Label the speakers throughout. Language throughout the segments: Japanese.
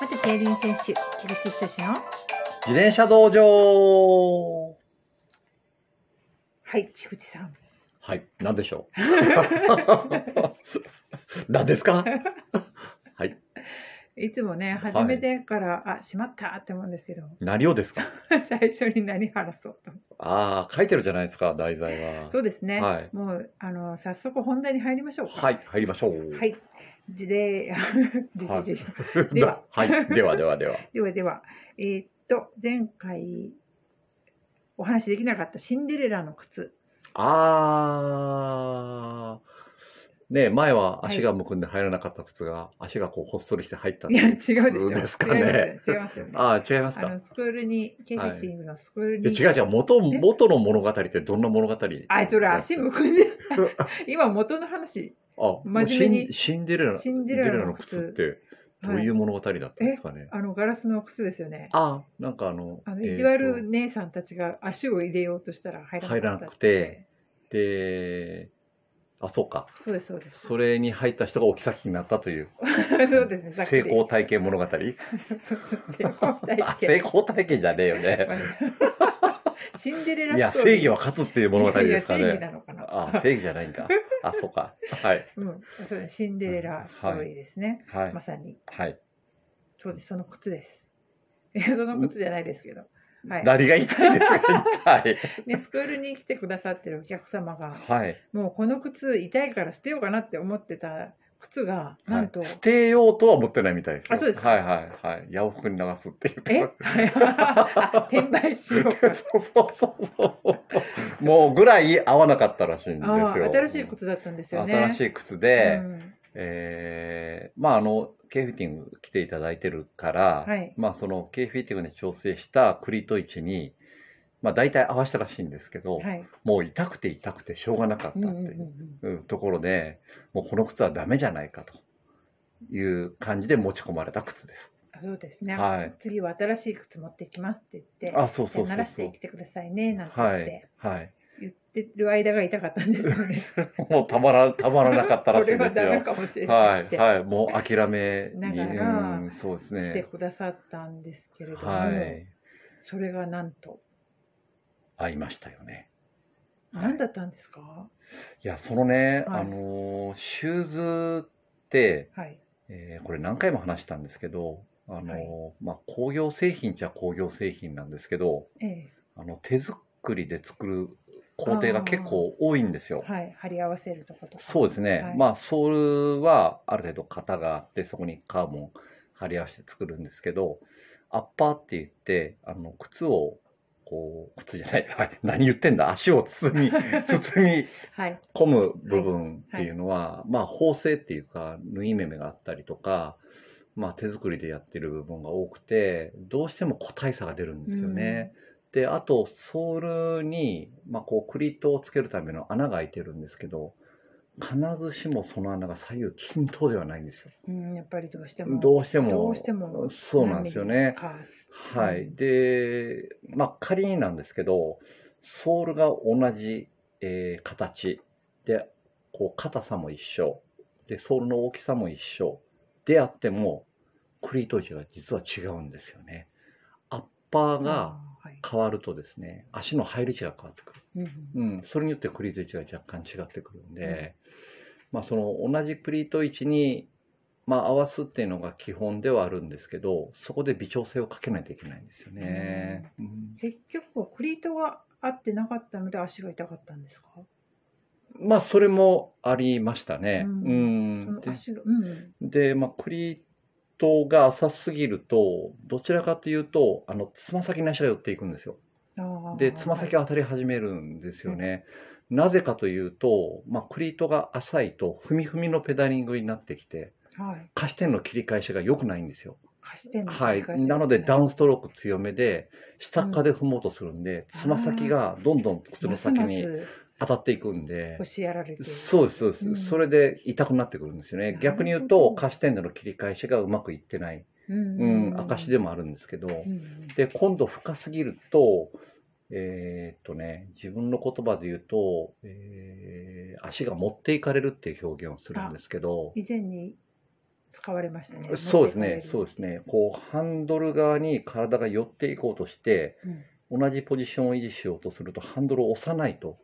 Speaker 1: 元競輪選手、菊池仁の。
Speaker 2: 自転車道場
Speaker 1: はい、菊池さん。
Speaker 2: はい、なんでしょう 何ですか
Speaker 1: いつもね、
Speaker 2: はい
Speaker 1: 初めてから、あ、しまったって思うんですけど、
Speaker 2: 何をですか
Speaker 1: 最初に何話そうと。
Speaker 2: ああ、書いてるじゃないですか、題材は。
Speaker 1: そうですね。
Speaker 2: はい
Speaker 1: もう、あの、早速本題に入りましょうか。
Speaker 2: はい、入りましょう。
Speaker 1: は。 い。じで、 じ
Speaker 2: はい
Speaker 1: じじじで
Speaker 2: で
Speaker 1: は
Speaker 2: は、はい、ではではでは。
Speaker 1: ではでは、えーっと、前回、お話しできなかったシンデレラの靴。
Speaker 2: ああ。ねえ前は足がむくんで入らなかった靴が、足がこうほっそりして入った
Speaker 1: いや、違うでしょ。違い
Speaker 2: 普通
Speaker 1: ま
Speaker 2: です
Speaker 1: す
Speaker 2: か
Speaker 1: よ
Speaker 2: ね
Speaker 1: ね。違いますよね。
Speaker 2: ああ、違います
Speaker 1: あの
Speaker 2: か。
Speaker 1: スクールにケーフィッティングのスクール
Speaker 2: い
Speaker 1: に、
Speaker 2: や違う違う、元、
Speaker 1: え
Speaker 2: 元の物語ってどんな物語
Speaker 1: あそれ足むくんで 今元の話
Speaker 2: あ、
Speaker 1: 真面目に
Speaker 2: シンシンデレラ、
Speaker 1: シンデレラの靴
Speaker 2: シンデレラの靴ってどういう物語だったんですかね。
Speaker 1: あのガラスの靴ですよね
Speaker 2: あ、なんかあの、
Speaker 1: あの
Speaker 2: えーと
Speaker 1: 意地悪姉さんたちが足を入れようとしたら入らなかった
Speaker 2: 入らなくてで、あ、そうか。
Speaker 1: そうですそうです
Speaker 2: それに入った人がお妃になったという、
Speaker 1: そうですねざっく
Speaker 2: 成
Speaker 1: り
Speaker 2: 功体験物語。
Speaker 1: そうそう成功体
Speaker 2: あ成
Speaker 1: 験
Speaker 2: 功体験じゃねえよね。
Speaker 1: シンデレラ
Speaker 2: いや、
Speaker 1: ストーリー
Speaker 2: 正義は勝つっていう物語ですか
Speaker 1: いやいや正義
Speaker 2: ね。
Speaker 1: なのかな
Speaker 2: あ、正義じゃないんか。あ、そうか。はい。
Speaker 1: うんそうですシンデレラストーリーですね、
Speaker 2: はい
Speaker 1: ま。さに
Speaker 2: はい。
Speaker 1: そうですその靴ですいやその靴じゃないですけどはい
Speaker 2: 何が言いたいんですか、一体。
Speaker 1: ね、スクールに来てくださってるお客様が、
Speaker 2: はい。
Speaker 1: もうこの靴痛いから捨てようかなって思ってた靴が、なん と、
Speaker 2: はい捨てようとは思ってないみたいですよ。
Speaker 1: あそうですか
Speaker 2: はいはいはい。ヤオフに流すって言って
Speaker 1: え あ転売し
Speaker 2: そう
Speaker 1: ようか。
Speaker 2: そうそうそうもうぐらい合わなかったらしいんです
Speaker 1: ああ
Speaker 2: よ。
Speaker 1: 新しい靴だったんですよね。
Speaker 2: 新し
Speaker 1: い
Speaker 2: い靴で、
Speaker 1: うん、
Speaker 2: えーまああのケーフィッティング来ていただいてるから、
Speaker 1: はい
Speaker 2: まあそのケーフィッティングで調整した栗と位置に、まあ大体合わせたらしいんですけど、
Speaker 1: はい。
Speaker 2: もう痛くて痛くてしょうがなかった
Speaker 1: う
Speaker 2: っ
Speaker 1: ん
Speaker 2: て
Speaker 1: うん
Speaker 2: いううんうんところで、もうこの靴はダメじゃないかという感じで持ち込まれた靴です。
Speaker 1: あそうですね、
Speaker 2: はい
Speaker 1: 次は新しい靴持ってきますって言って、
Speaker 2: あ、そうそうそ
Speaker 1: 鳴
Speaker 2: う
Speaker 1: らし
Speaker 2: そ
Speaker 1: て
Speaker 2: う
Speaker 1: き。てくださいねなんて言っ
Speaker 2: は
Speaker 1: て、
Speaker 2: いはい。
Speaker 1: 言ってる間が痛かったんですよ ね。
Speaker 2: もうたまらたまらなかった
Speaker 1: こ
Speaker 2: らしい
Speaker 1: れ
Speaker 2: で
Speaker 1: は
Speaker 2: す
Speaker 1: ダメ
Speaker 2: よ。
Speaker 1: かもしれないっ
Speaker 2: は
Speaker 1: て、
Speaker 2: いはい、もう諦め
Speaker 1: な
Speaker 2: に、
Speaker 1: がら
Speaker 2: うん、そうです
Speaker 1: 来て
Speaker 2: ね。
Speaker 1: くださったんですけれども、
Speaker 2: はい、
Speaker 1: それがなんと、
Speaker 2: 会いましたよね。
Speaker 1: 何だったんですか
Speaker 2: いや、そのね、
Speaker 1: はい
Speaker 2: あのーシューズって、
Speaker 1: はい。
Speaker 2: えーこれ何回も話したんですけど、あのー
Speaker 1: はい
Speaker 2: まあ工業製品じゃ工業製品なんですけど、
Speaker 1: ええ
Speaker 2: あの手作りで作る工程が結構多いんですよ。
Speaker 1: はい、貼り合わせるとことか。
Speaker 2: そうですね、
Speaker 1: はい
Speaker 2: まあソールはある程度型があってそこにカーボン貼り合わせて作るんですけどアッパーって言ってあの靴をこう靴じゃない、 はい、何言ってんだ足を包 み包み
Speaker 1: はい、
Speaker 2: 込む部分っていうのは、まあ縫製っていうか縫い目目があったりとか、まあ、手作りでやってる部分が多くてどうしても個体差が出るんですよね。であとソールに、まあ、こうクリットをつけるための穴が開いてるんですけど必ずしもその穴が左右均等ではないんですよ。
Speaker 1: うん、やっぱりどうしても。
Speaker 2: どうしても
Speaker 1: どうしても
Speaker 2: そうなんですよね。
Speaker 1: か
Speaker 2: は
Speaker 1: う
Speaker 2: い、
Speaker 1: ん
Speaker 2: で、まあ、仮になんですけどソールが同じ、えー形でこう硬さも一緒でソールの大きさも一緒であってもクリート位置が実は違うんですよね。アッパーが
Speaker 1: あーはい
Speaker 2: 変わるとですね足の入り位置が変わってくる、
Speaker 1: うん
Speaker 2: うん、それによってクリート位置が若干違ってくるんで、まあ、その同じクリート位置に、まあ、合わすっていうのが基本ではあるんですけどそこで微調整をかけないといけないんですよね。うん
Speaker 1: 結局はクリートが合ってなかったので足が痛かったんですか、
Speaker 2: まあそれもありましたね。
Speaker 1: う
Speaker 2: うんん
Speaker 1: その足が、うんうん、
Speaker 2: で、でまあ、クリートが浅すぎるとどちらかというとあのつま先に足が寄っていくんですよ。
Speaker 1: あー
Speaker 2: でつま先が当たり始めるんですよね。なぜかというと、まあ、クリートが浅いと踏み踏みのペダリングになってきて
Speaker 1: はい、
Speaker 2: 下視点の切り返しが良くないんですよ。
Speaker 1: 貸してんの
Speaker 2: はい、
Speaker 1: 繰り返し
Speaker 2: なのでダウンストローク強めで下
Speaker 1: うん
Speaker 2: っかで踏もうとするんで
Speaker 1: あー
Speaker 2: つま先がどんどん靴の
Speaker 1: ます
Speaker 2: 先
Speaker 1: ま
Speaker 2: に
Speaker 1: す
Speaker 2: 当たっていくんで
Speaker 1: 腰やられてる
Speaker 2: そうですそうです、
Speaker 1: うん
Speaker 2: それで痛くなってくるんですよ
Speaker 1: なる
Speaker 2: ね
Speaker 1: ほど
Speaker 2: 逆に言うと下視点での切り返しがうまくいってない、
Speaker 1: うん
Speaker 2: う
Speaker 1: うんんうん
Speaker 2: 証でもあるんですけど、
Speaker 1: うんうん
Speaker 2: で今度深すぎるとえーっとね自分の言葉で言うと、えー足が持っていかれるっていう表現をするんですけど
Speaker 1: 以前に使われましたね。
Speaker 2: そうですね、そう
Speaker 1: す。
Speaker 2: ですね。こう、ハンドル側に体が寄っていこうとして、
Speaker 1: うん
Speaker 2: 同じポジションを維持しようとすると、ハンドルを押さないと、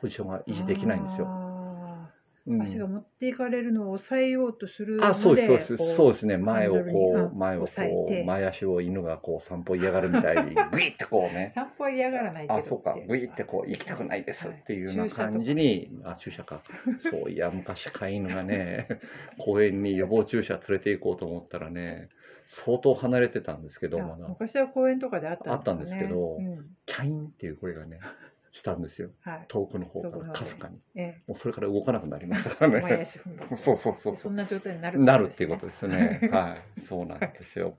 Speaker 2: ポジションが維持できないんですよ。
Speaker 1: あ
Speaker 2: う
Speaker 1: ー
Speaker 2: ん
Speaker 1: 足が持っていかれるのを抑えようとするので。
Speaker 2: あ、そうです、そうで
Speaker 1: こ
Speaker 2: す。そうですね。前を
Speaker 1: ハンドルに
Speaker 2: こ
Speaker 1: う
Speaker 2: う、
Speaker 1: ん
Speaker 2: 前を
Speaker 1: 押さ
Speaker 2: こ
Speaker 1: えて
Speaker 2: う、前足を犬がこう散歩嫌がるみたい に、グイってこうね。
Speaker 1: 散歩は嫌がらないけど
Speaker 2: あ、そうか、グイってこう、行きたくないですっていうような感じ
Speaker 1: に。
Speaker 2: に、あ、注射か。そういや、昔飼い犬がね、 公園に予防注射連れて行こうと思ったらね、相当離れてたんですけど、
Speaker 1: 注射とか
Speaker 2: ま
Speaker 1: あ
Speaker 2: だ、
Speaker 1: 昔は公園とかであった
Speaker 2: あったんですけど
Speaker 1: うん
Speaker 2: キャインっていう声がね、したんですよ。
Speaker 1: はい。
Speaker 2: 遠くの方か
Speaker 1: 遠くの方
Speaker 2: ら、か
Speaker 1: です
Speaker 2: かに。
Speaker 1: ええ
Speaker 2: もうそれから動かなくなりました から
Speaker 1: 前
Speaker 2: ね。
Speaker 1: 足踏んで
Speaker 2: そうそうそうそ
Speaker 1: そ。
Speaker 2: うん
Speaker 1: な状態になる。
Speaker 2: なるっていうこと
Speaker 1: ですね。
Speaker 2: ですね。はい。そうなんですよ。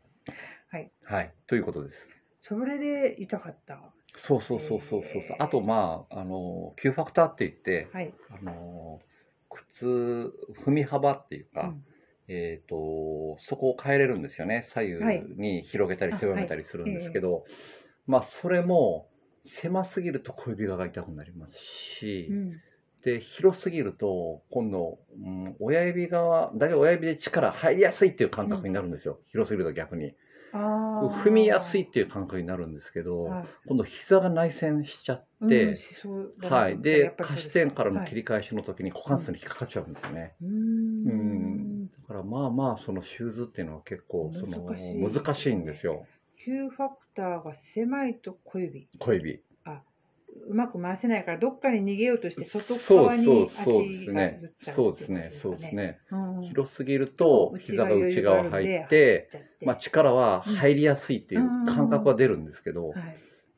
Speaker 1: はい。
Speaker 2: はい。ということです。
Speaker 1: それで痛かった。
Speaker 2: そうそうそうそうそうそう
Speaker 1: へー。
Speaker 2: あと、まあ、あの、9ファクターって言って、
Speaker 1: はい。
Speaker 2: あの靴踏み幅っていうか、
Speaker 1: うん
Speaker 2: えー、とそこを変えれるんですよね左
Speaker 1: はい
Speaker 2: 右に広げたり
Speaker 1: あ
Speaker 2: 狭めたりするんですけど、まあそれも狭すぎると小指側が痛くなりますし、
Speaker 1: うん
Speaker 2: で広すぎると今度、うん、親指側だけ親指で力入りやすいっていう感覚になるんですよ、広すぎると逆に
Speaker 1: あー
Speaker 2: 踏みやすいっていう感覚になるんですけど、
Speaker 1: はい
Speaker 2: 今度膝が内旋しちゃって、
Speaker 1: うんしそうだな
Speaker 2: はい、
Speaker 1: や
Speaker 2: で
Speaker 1: っぱりそう
Speaker 2: 下
Speaker 1: す
Speaker 2: 視点からの
Speaker 1: はい
Speaker 2: 切り返しの時に股関節に引っかかっちゃうんですよね、
Speaker 1: うー
Speaker 2: うん
Speaker 1: ん
Speaker 2: だからまあまあそのシューズっていうのは結構その
Speaker 1: 難しい
Speaker 2: 難しいんですよ
Speaker 1: 9ファクターが狭いと小指
Speaker 2: 小指
Speaker 1: うまく回せないからどっかに逃げようとして
Speaker 2: そう
Speaker 1: 外
Speaker 2: そう
Speaker 1: 側に足が
Speaker 2: そうですね
Speaker 1: ぶっちゃ
Speaker 2: そうですねそうです
Speaker 1: ね。
Speaker 2: ね
Speaker 1: うん
Speaker 2: 広すぎると膝が内側入って、まあ、力は入りやすいっていう感覚は出るんですけど、
Speaker 1: はい、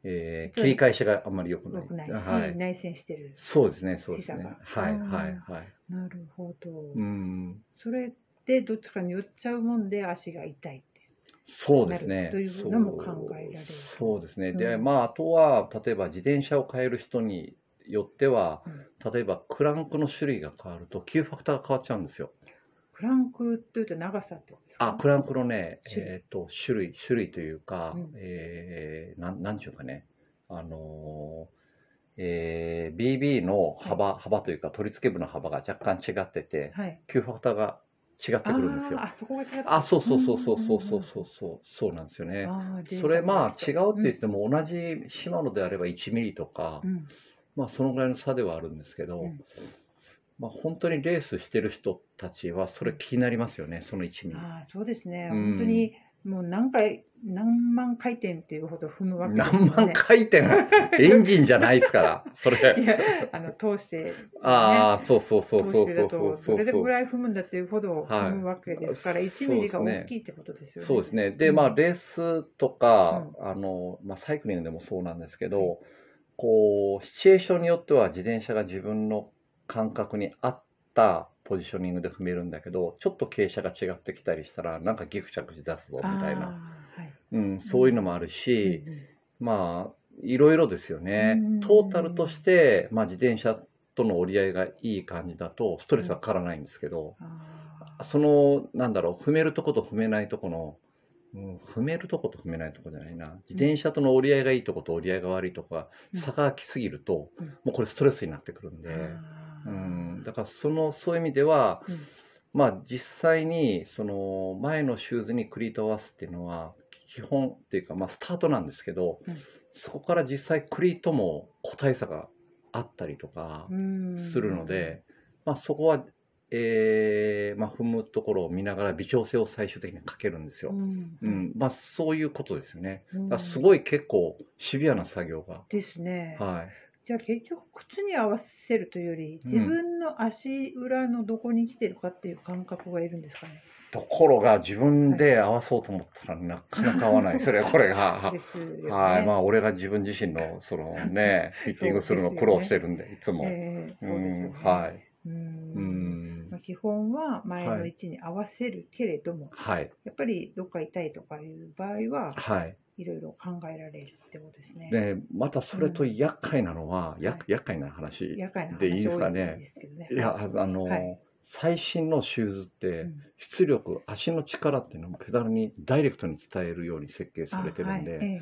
Speaker 2: えー
Speaker 1: 実は
Speaker 2: 切り返しがあんまり良く
Speaker 1: 良く
Speaker 2: な
Speaker 1: ないいし、
Speaker 2: はい、
Speaker 1: 内旋してる。
Speaker 2: そうですねそうですね
Speaker 1: 膝が
Speaker 2: はい
Speaker 1: うん
Speaker 2: はいはい
Speaker 1: なるほど。
Speaker 2: うん
Speaker 1: それでどっちかに寄っちゃうもんで足が痛いっていう。
Speaker 2: そうですね。
Speaker 1: なるというのも考えられる
Speaker 2: そうそうですね。で、
Speaker 1: うん
Speaker 2: まあ、あとは、例えば自転車を変える人によっては、例えばクランクの種類が変わると、9ファクターが変わっちゃうんですよ。
Speaker 1: クランクというと長さってことですか、
Speaker 2: あ、クランクのね、
Speaker 1: 種類
Speaker 2: えっ、と、種類、種類というか、
Speaker 1: うん
Speaker 2: えーなん、なんちゅうかね、あのーえー BB の幅、幅というか取り付け部の幅が若干違ってて、
Speaker 1: はい。
Speaker 2: 9ファクターが違ってくるんですよ
Speaker 1: あーあそこが違った。
Speaker 2: あそうそうそうそうそうそうそうそうそうなんですよね
Speaker 1: あー
Speaker 2: それまあ違うって言っ、
Speaker 1: 電車
Speaker 2: ても同じ島野であれば1ミリとか、
Speaker 1: とうんうん
Speaker 2: まあそのぐらいの差ではあるんですけど、
Speaker 1: うん
Speaker 2: まあ本当にレースしてる人たちはそれ気になりますよねその1ミリ。
Speaker 1: ああそうですね、
Speaker 2: うん
Speaker 1: 本当にもう何回何万回転っていうほど踏むわけです
Speaker 2: 何万回転エンジンじゃないですからそ
Speaker 1: い
Speaker 2: れ
Speaker 1: やあの通して
Speaker 2: ああそうそうそう
Speaker 1: 通
Speaker 2: そ
Speaker 1: し
Speaker 2: う
Speaker 1: て
Speaker 2: そ
Speaker 1: だ
Speaker 2: うそう
Speaker 1: とどれ
Speaker 2: そうそ
Speaker 1: ぐ
Speaker 2: う
Speaker 1: らい踏むんだっていうほど
Speaker 2: はい
Speaker 1: 踏むわけですから、
Speaker 2: そうです
Speaker 1: 1
Speaker 2: ね
Speaker 1: ミリが大きいってことですよね。
Speaker 2: そうですね
Speaker 1: う
Speaker 2: で
Speaker 1: ん
Speaker 2: まあレースとか、あのまあ、サイクリングでもそうなんですけど、こうシチュエーションによっては自転車が自分の感覚に合ったポジショニングで踏めるんだけどちょっと傾斜が違ってきたりしたらなんかギクシャクし出すぞみたいな、
Speaker 1: あーはい
Speaker 2: うん、そういうのもあるし、
Speaker 1: うんうん
Speaker 2: まあいろいろですよね、
Speaker 1: うん
Speaker 2: トータルとして、まあ、自転車との折り合いがいい感じだとストレスはかからないんですけど、
Speaker 1: あー
Speaker 2: そのなんだろう踏めるとこと踏めないとこの、うん、踏めるとこと踏めないとこじゃないな自転車との折り合いがいいとこと折り合いが悪いとこが
Speaker 1: うん
Speaker 2: 差が来すぎると、
Speaker 1: うん
Speaker 2: もうこれストレスになってくるんで、
Speaker 1: あ
Speaker 2: う
Speaker 1: ー
Speaker 2: ん、だからそのそういう意味では、
Speaker 1: うん
Speaker 2: まあ実際にその前のシューズにクリートを合わすっていうのは基本っていうか、まあ、スタートなんですけど、
Speaker 1: うん
Speaker 2: そこから実際クリートも個体差があったりとか。
Speaker 1: うん
Speaker 2: するので、まあ、そこは、えーまあ、踏むところを見ながら微調整を最終的にかけるんです
Speaker 1: う
Speaker 2: よ。
Speaker 1: ん
Speaker 2: うんまあ、そういうことですよね。
Speaker 1: うん
Speaker 2: だからすごい結構シビアな作業が。
Speaker 1: ですね。
Speaker 2: はい、
Speaker 1: じゃあ結局靴に合わせるというより
Speaker 2: うん
Speaker 1: 自分の足裏のどこに来てるかっていう感覚がいるんですかね。
Speaker 2: ところが自分で合わそうと思ったらなかなか合わ ない。それこれが
Speaker 1: で。すよね。
Speaker 2: はい。まあ、俺が自分自身の、そのね、フィッティングするの苦労してるんで、いつも。
Speaker 1: ええそ
Speaker 2: う
Speaker 1: うですよ
Speaker 2: ん、
Speaker 1: ね。
Speaker 2: はい。
Speaker 1: う。
Speaker 2: うん
Speaker 1: ま
Speaker 2: ん
Speaker 1: あ。基本は前の
Speaker 2: はい
Speaker 1: 位置に合わせるけれども、
Speaker 2: はい。
Speaker 1: やっぱりどっか痛いとかいう場合は
Speaker 2: はい。
Speaker 1: いろいろ考えられるってことですね。
Speaker 2: で、またそれと厄介なのは、や厄介な話。
Speaker 1: 夜間の
Speaker 2: でいい
Speaker 1: 話
Speaker 2: んです
Speaker 1: 多
Speaker 2: か
Speaker 1: い
Speaker 2: ね
Speaker 1: ですけどね。
Speaker 2: いや、あの、
Speaker 1: はい
Speaker 2: 最新のシューズって、
Speaker 1: うん
Speaker 2: 出力、足の力っていうのもペダルにダイレクトに伝えるように設計されてるんで、
Speaker 1: あはいええ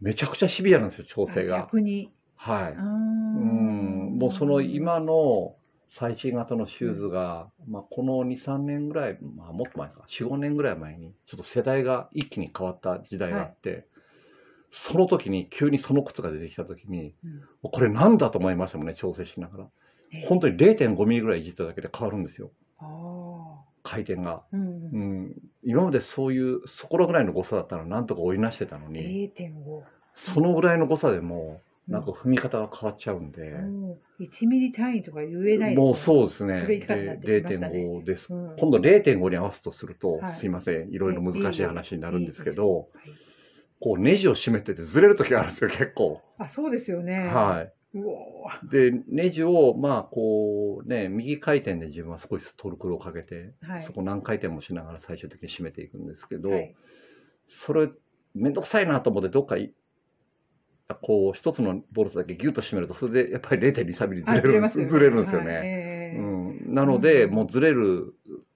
Speaker 2: めちゃくちゃシビアなんですよ、調整
Speaker 1: あ
Speaker 2: が。
Speaker 1: 逆に。
Speaker 2: は
Speaker 1: あ
Speaker 2: い
Speaker 1: ー。
Speaker 2: うん、もうその今の最新型のシューズが、まあ、この23年ぐらい、まあ、もっと前か45年ぐらい前にちょっと世代が一気に変わった時代があって、その時に急にその靴が出てきた時に
Speaker 1: うん
Speaker 2: これなんだと思いましたもんね調整しながら
Speaker 1: ね
Speaker 2: 本当に0 5ミリぐらいいじっただけで変わるんですよ
Speaker 1: あ
Speaker 2: 回転が、
Speaker 1: ーう
Speaker 2: うんん、今までそういうそこらぐらいの誤差だったらなんとか追いなしてたのに、
Speaker 1: 0.5
Speaker 2: そのぐらいの誤差でもなんか踏み方が変わっちゃうんで、
Speaker 1: もう1ミリ単位とか言えない
Speaker 2: もう
Speaker 1: う、
Speaker 2: そうですね
Speaker 1: それ以下になって
Speaker 2: で
Speaker 1: きましたね
Speaker 2: 0.5です
Speaker 1: うん
Speaker 2: 今度0.5に合わすとすると、
Speaker 1: はい
Speaker 2: すいませんいろいろ難しい話になるんですけど
Speaker 1: はい
Speaker 2: こうネジを締めててずれる時があるんですよ結構、
Speaker 1: あそうですよね
Speaker 2: はい
Speaker 1: うおー
Speaker 2: いでネジをまあこうね右回転で自分は少しトルクルをかけて、
Speaker 1: はい
Speaker 2: そこ何回転もしながら最終的に締めていくんですけど、
Speaker 1: はい
Speaker 2: それ面倒くさいなと思ってどっかいこう一つのボルトだけギュッと締めるとそれでやっぱり0 2 3ミリず
Speaker 1: あ
Speaker 2: れるんで
Speaker 1: ます
Speaker 2: すずれるんですよね、
Speaker 1: はいえー
Speaker 2: うん、なので、
Speaker 1: うん
Speaker 2: もうずれる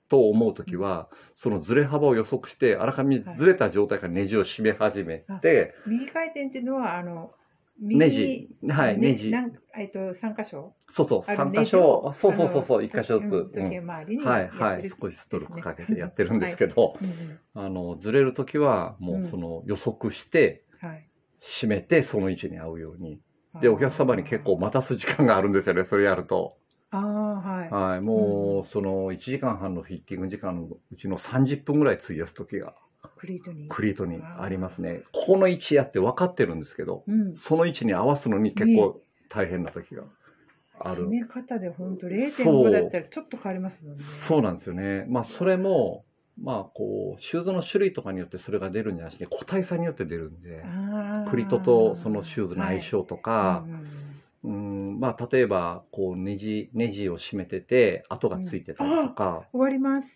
Speaker 2: と思う時はそのずれ幅を予測してあらかじめずれた状態からネジを締め始めて、
Speaker 1: 右回転っていうのはあの右
Speaker 2: ネジはい
Speaker 1: ね
Speaker 2: ネジ
Speaker 1: なんえっと三箇所
Speaker 2: そうそう
Speaker 1: ある
Speaker 2: 3
Speaker 1: ネ
Speaker 2: 箇
Speaker 1: ジを
Speaker 2: 所そうそうそうそう
Speaker 1: あの
Speaker 2: 1箇所ずつ、
Speaker 1: 時計
Speaker 2: うん
Speaker 1: 回りに
Speaker 2: はい
Speaker 1: やっ
Speaker 2: は
Speaker 1: て
Speaker 2: い
Speaker 1: る
Speaker 2: 少しストロークかけ
Speaker 1: です
Speaker 2: て
Speaker 1: ね
Speaker 2: やってるんですけど、
Speaker 1: うんうん
Speaker 2: あのずれる時はもうその予測して
Speaker 1: はい
Speaker 2: 締めてその位置に合うようにでお客様に結構待たす時間があるんですよねそれやると、
Speaker 1: あーはい
Speaker 2: はい、もうその1時間半のフィッティング時間のうちの30分ぐらい費やす時が
Speaker 1: クリートに
Speaker 2: クリートにありますね。この位置やって分かってるんですけど、
Speaker 1: うん
Speaker 2: その位置に合わすのに結構大変な時があ
Speaker 1: 締
Speaker 2: る。
Speaker 1: め方で本当
Speaker 2: そう
Speaker 1: 0.5だったらちょっと変わりますもんね
Speaker 2: そうなんですよね。まあそれも、まあこう、シューズの種類とかによってそれが出るんじゃなくて、個体差によって出るんで、
Speaker 1: あー
Speaker 2: クリトとそのシューズの相性と
Speaker 1: は
Speaker 2: か
Speaker 1: い、うんうん
Speaker 2: うん、まあ例えば、こう、ネジ、ネジを締めてて、跡がついてたりとか、
Speaker 1: 終わります